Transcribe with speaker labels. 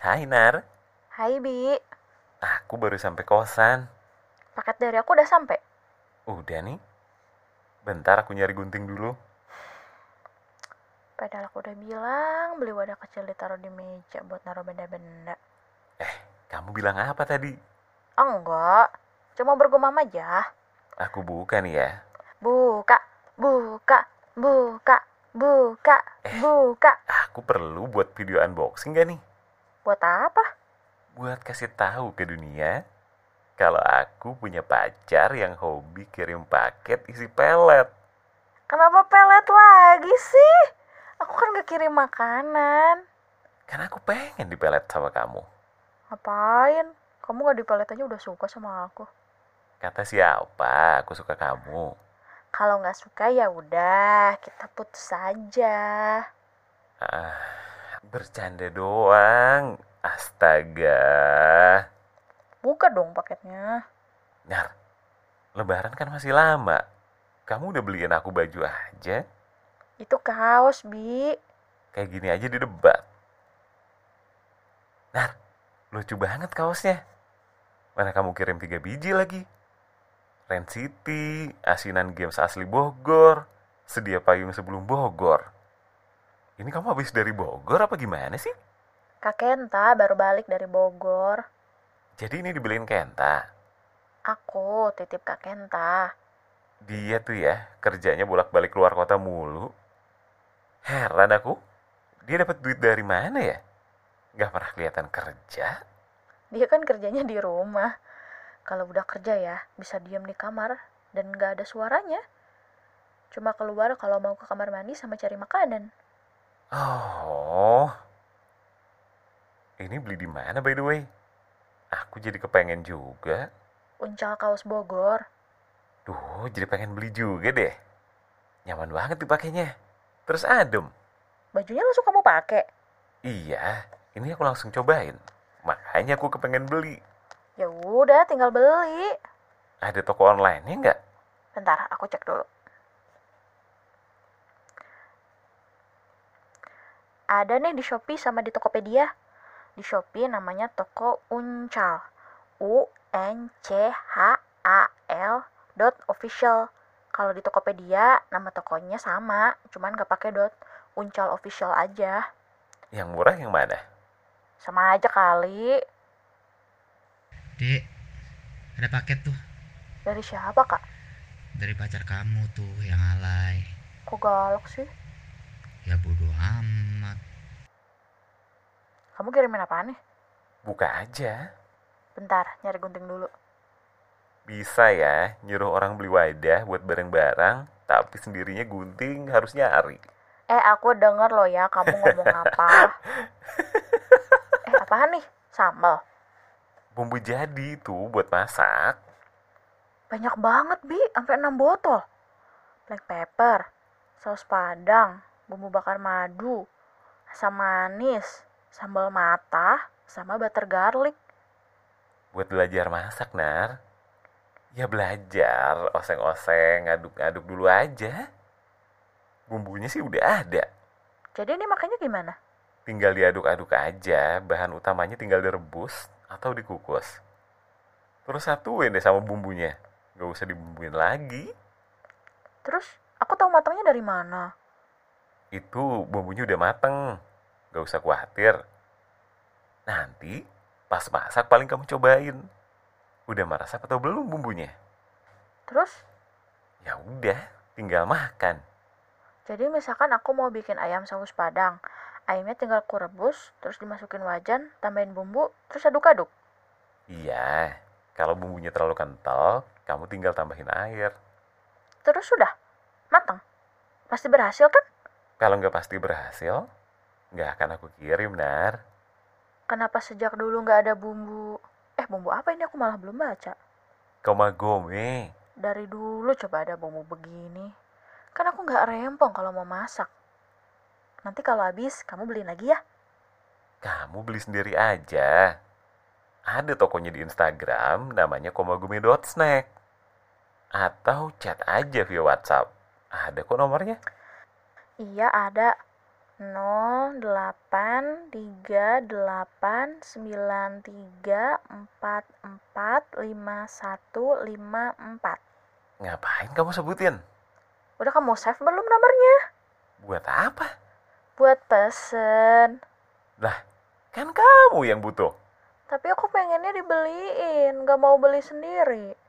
Speaker 1: Hai Nar,
Speaker 2: Hai Bi,
Speaker 1: aku baru sampai kosan.
Speaker 2: paket dari aku udah sampai.
Speaker 1: Udah nih. Bentar aku nyari gunting dulu.
Speaker 2: Padahal aku udah bilang beli wadah kecil ditaruh di meja buat naruh benda-benda.
Speaker 1: Kamu bilang apa tadi?
Speaker 2: Enggak, cuma bergumam aja.
Speaker 1: Aku bukan ya.
Speaker 2: Buka, buka, buka, buka, buka.
Speaker 1: Aku perlu buat video unboxing gak nih?
Speaker 2: Buat apa?
Speaker 1: Buat kasih tahu ke dunia. Kalau aku punya pacar yang hobi kirim paket isi pelet.
Speaker 2: Kenapa pelet lagi sih? Aku kan gak kirim makanan.
Speaker 1: Kan aku pengen dipelet sama kamu.
Speaker 2: Ngapain? Kamu gak di pelet aja udah suka sama aku.
Speaker 1: Kata siapa aku suka kamu.
Speaker 2: Kalau nggak suka ya udah, kita putus saja.
Speaker 1: Ah, bercanda doang. Astaga.
Speaker 2: Buka dong paketnya.
Speaker 1: Nar, lebaran kan masih lama. Kamu udah beliin aku baju aja?
Speaker 2: Itu kaos, Bi.
Speaker 1: Kayak gini aja di debat. Nar, lucu banget kaosnya. Mana kamu kirim tiga biji lagi? Ren City, asinan games asli Bogor, sedia payung sebelum Bogor. Ini kamu habis dari Bogor apa gimana sih?
Speaker 2: Kak Kenta baru balik dari Bogor.
Speaker 1: Jadi ini dibeliin Kenta.
Speaker 2: Aku titip Kak Kenta.
Speaker 1: Dia tuh ya, kerjanya bolak-balik keluar kota mulu. Heran aku, dia dapat duit dari mana ya? Gak pernah kelihatan kerja.
Speaker 2: Dia kan kerjanya di rumah. Kalau udah kerja ya, bisa diam di kamar dan nggak ada suaranya. Cuma keluar kalau mau ke kamar mandi sama cari makanan.
Speaker 1: Oh, ini beli di mana by the way? Aku jadi kepengen juga.
Speaker 2: Uncal kaos Bogor.
Speaker 1: Duh, jadi pengen beli juga deh. Nyaman banget dipakainya. Terus adem.
Speaker 2: Bajunya langsung kamu pakai.
Speaker 1: Iya, ini aku langsung cobain. Makanya aku kepengen beli.
Speaker 2: Ya udah, tinggal beli.
Speaker 1: Ada toko online-nya nggak?
Speaker 2: Bentar, aku cek dulu. Ada nih di Shopee sama di Tokopedia. Di Shopee namanya toko Uncal. U N C H A L dot official. Kalau di Tokopedia nama tokonya sama, cuman gak pakai dot Uncal official aja.
Speaker 1: Yang murah yang mana?
Speaker 2: Sama aja kali.
Speaker 3: Dek, ada paket tuh
Speaker 2: Dari siapa kak?
Speaker 3: dari pacar kamu tuh yang alay.
Speaker 2: Kok galak sih?
Speaker 3: Ya bodoh amat.
Speaker 2: Kamu kirimin apa nih?
Speaker 1: Buka aja.
Speaker 2: Bentar, nyari gunting dulu.
Speaker 1: Bisa ya, nyuruh orang beli wadah buat barang-barang, tapi sendirinya gunting harus nyari.
Speaker 2: Eh, aku denger loh ya kamu ngomong apa. eh, apaan nih? Sambal.
Speaker 1: Bumbu jadi itu buat masak.
Speaker 2: Banyak banget, Bi. Sampai 6 botol. Black pepper, saus padang, bumbu bakar madu, asam manis, sambal mata, sama butter garlic.
Speaker 1: Buat belajar masak, Nar. Ya belajar, oseng-oseng, ngaduk-ngaduk dulu aja. Bumbunya sih udah ada.
Speaker 2: Jadi ini makanya gimana?
Speaker 1: Tinggal diaduk-aduk aja, bahan utamanya tinggal direbus atau dikukus. Terus satuin deh sama bumbunya. Gak usah dibumbuin lagi.
Speaker 2: Terus, aku tahu matangnya dari mana?
Speaker 1: Itu bumbunya udah mateng. Gak usah khawatir. Nanti pas masak paling kamu cobain. Udah merasa atau belum bumbunya?
Speaker 2: Terus,
Speaker 1: Ya udah, tinggal makan.
Speaker 2: jadi misalkan aku mau bikin ayam saus padang. Ayamnya tinggal aku rebus, terus dimasukin wajan, tambahin bumbu, terus aduk-aduk.
Speaker 1: Iya, kalau bumbunya terlalu kental, kamu tinggal tambahin air.
Speaker 2: Terus sudah, matang. Pasti berhasil kan?
Speaker 1: Kalau nggak pasti berhasil, nggak akan aku kirim, Nar.
Speaker 2: Kenapa sejak dulu nggak ada bumbu? Eh, bumbu apa ini aku malah belum baca.
Speaker 1: Komagome.
Speaker 2: Dari dulu coba ada bumbu begini. Kan aku nggak rempong kalau mau masak. Nanti kalau habis, kamu beliin lagi ya.
Speaker 1: Kamu beli sendiri aja. Ada tokonya di Instagram namanya komagome.snack. Atau chat aja via WhatsApp. Ada kok nomornya.
Speaker 2: Iya, ada 08 8 3 8 9 3 4 4 5 1 5 4.
Speaker 1: Ngapain kamu sebutin?
Speaker 2: Udah kamu save belum nomornya?
Speaker 1: Buat apa?
Speaker 2: Buat pesen.
Speaker 1: Kan kamu yang butuh.
Speaker 2: Tapi aku pengennya dibeliin, gak mau beli sendiri.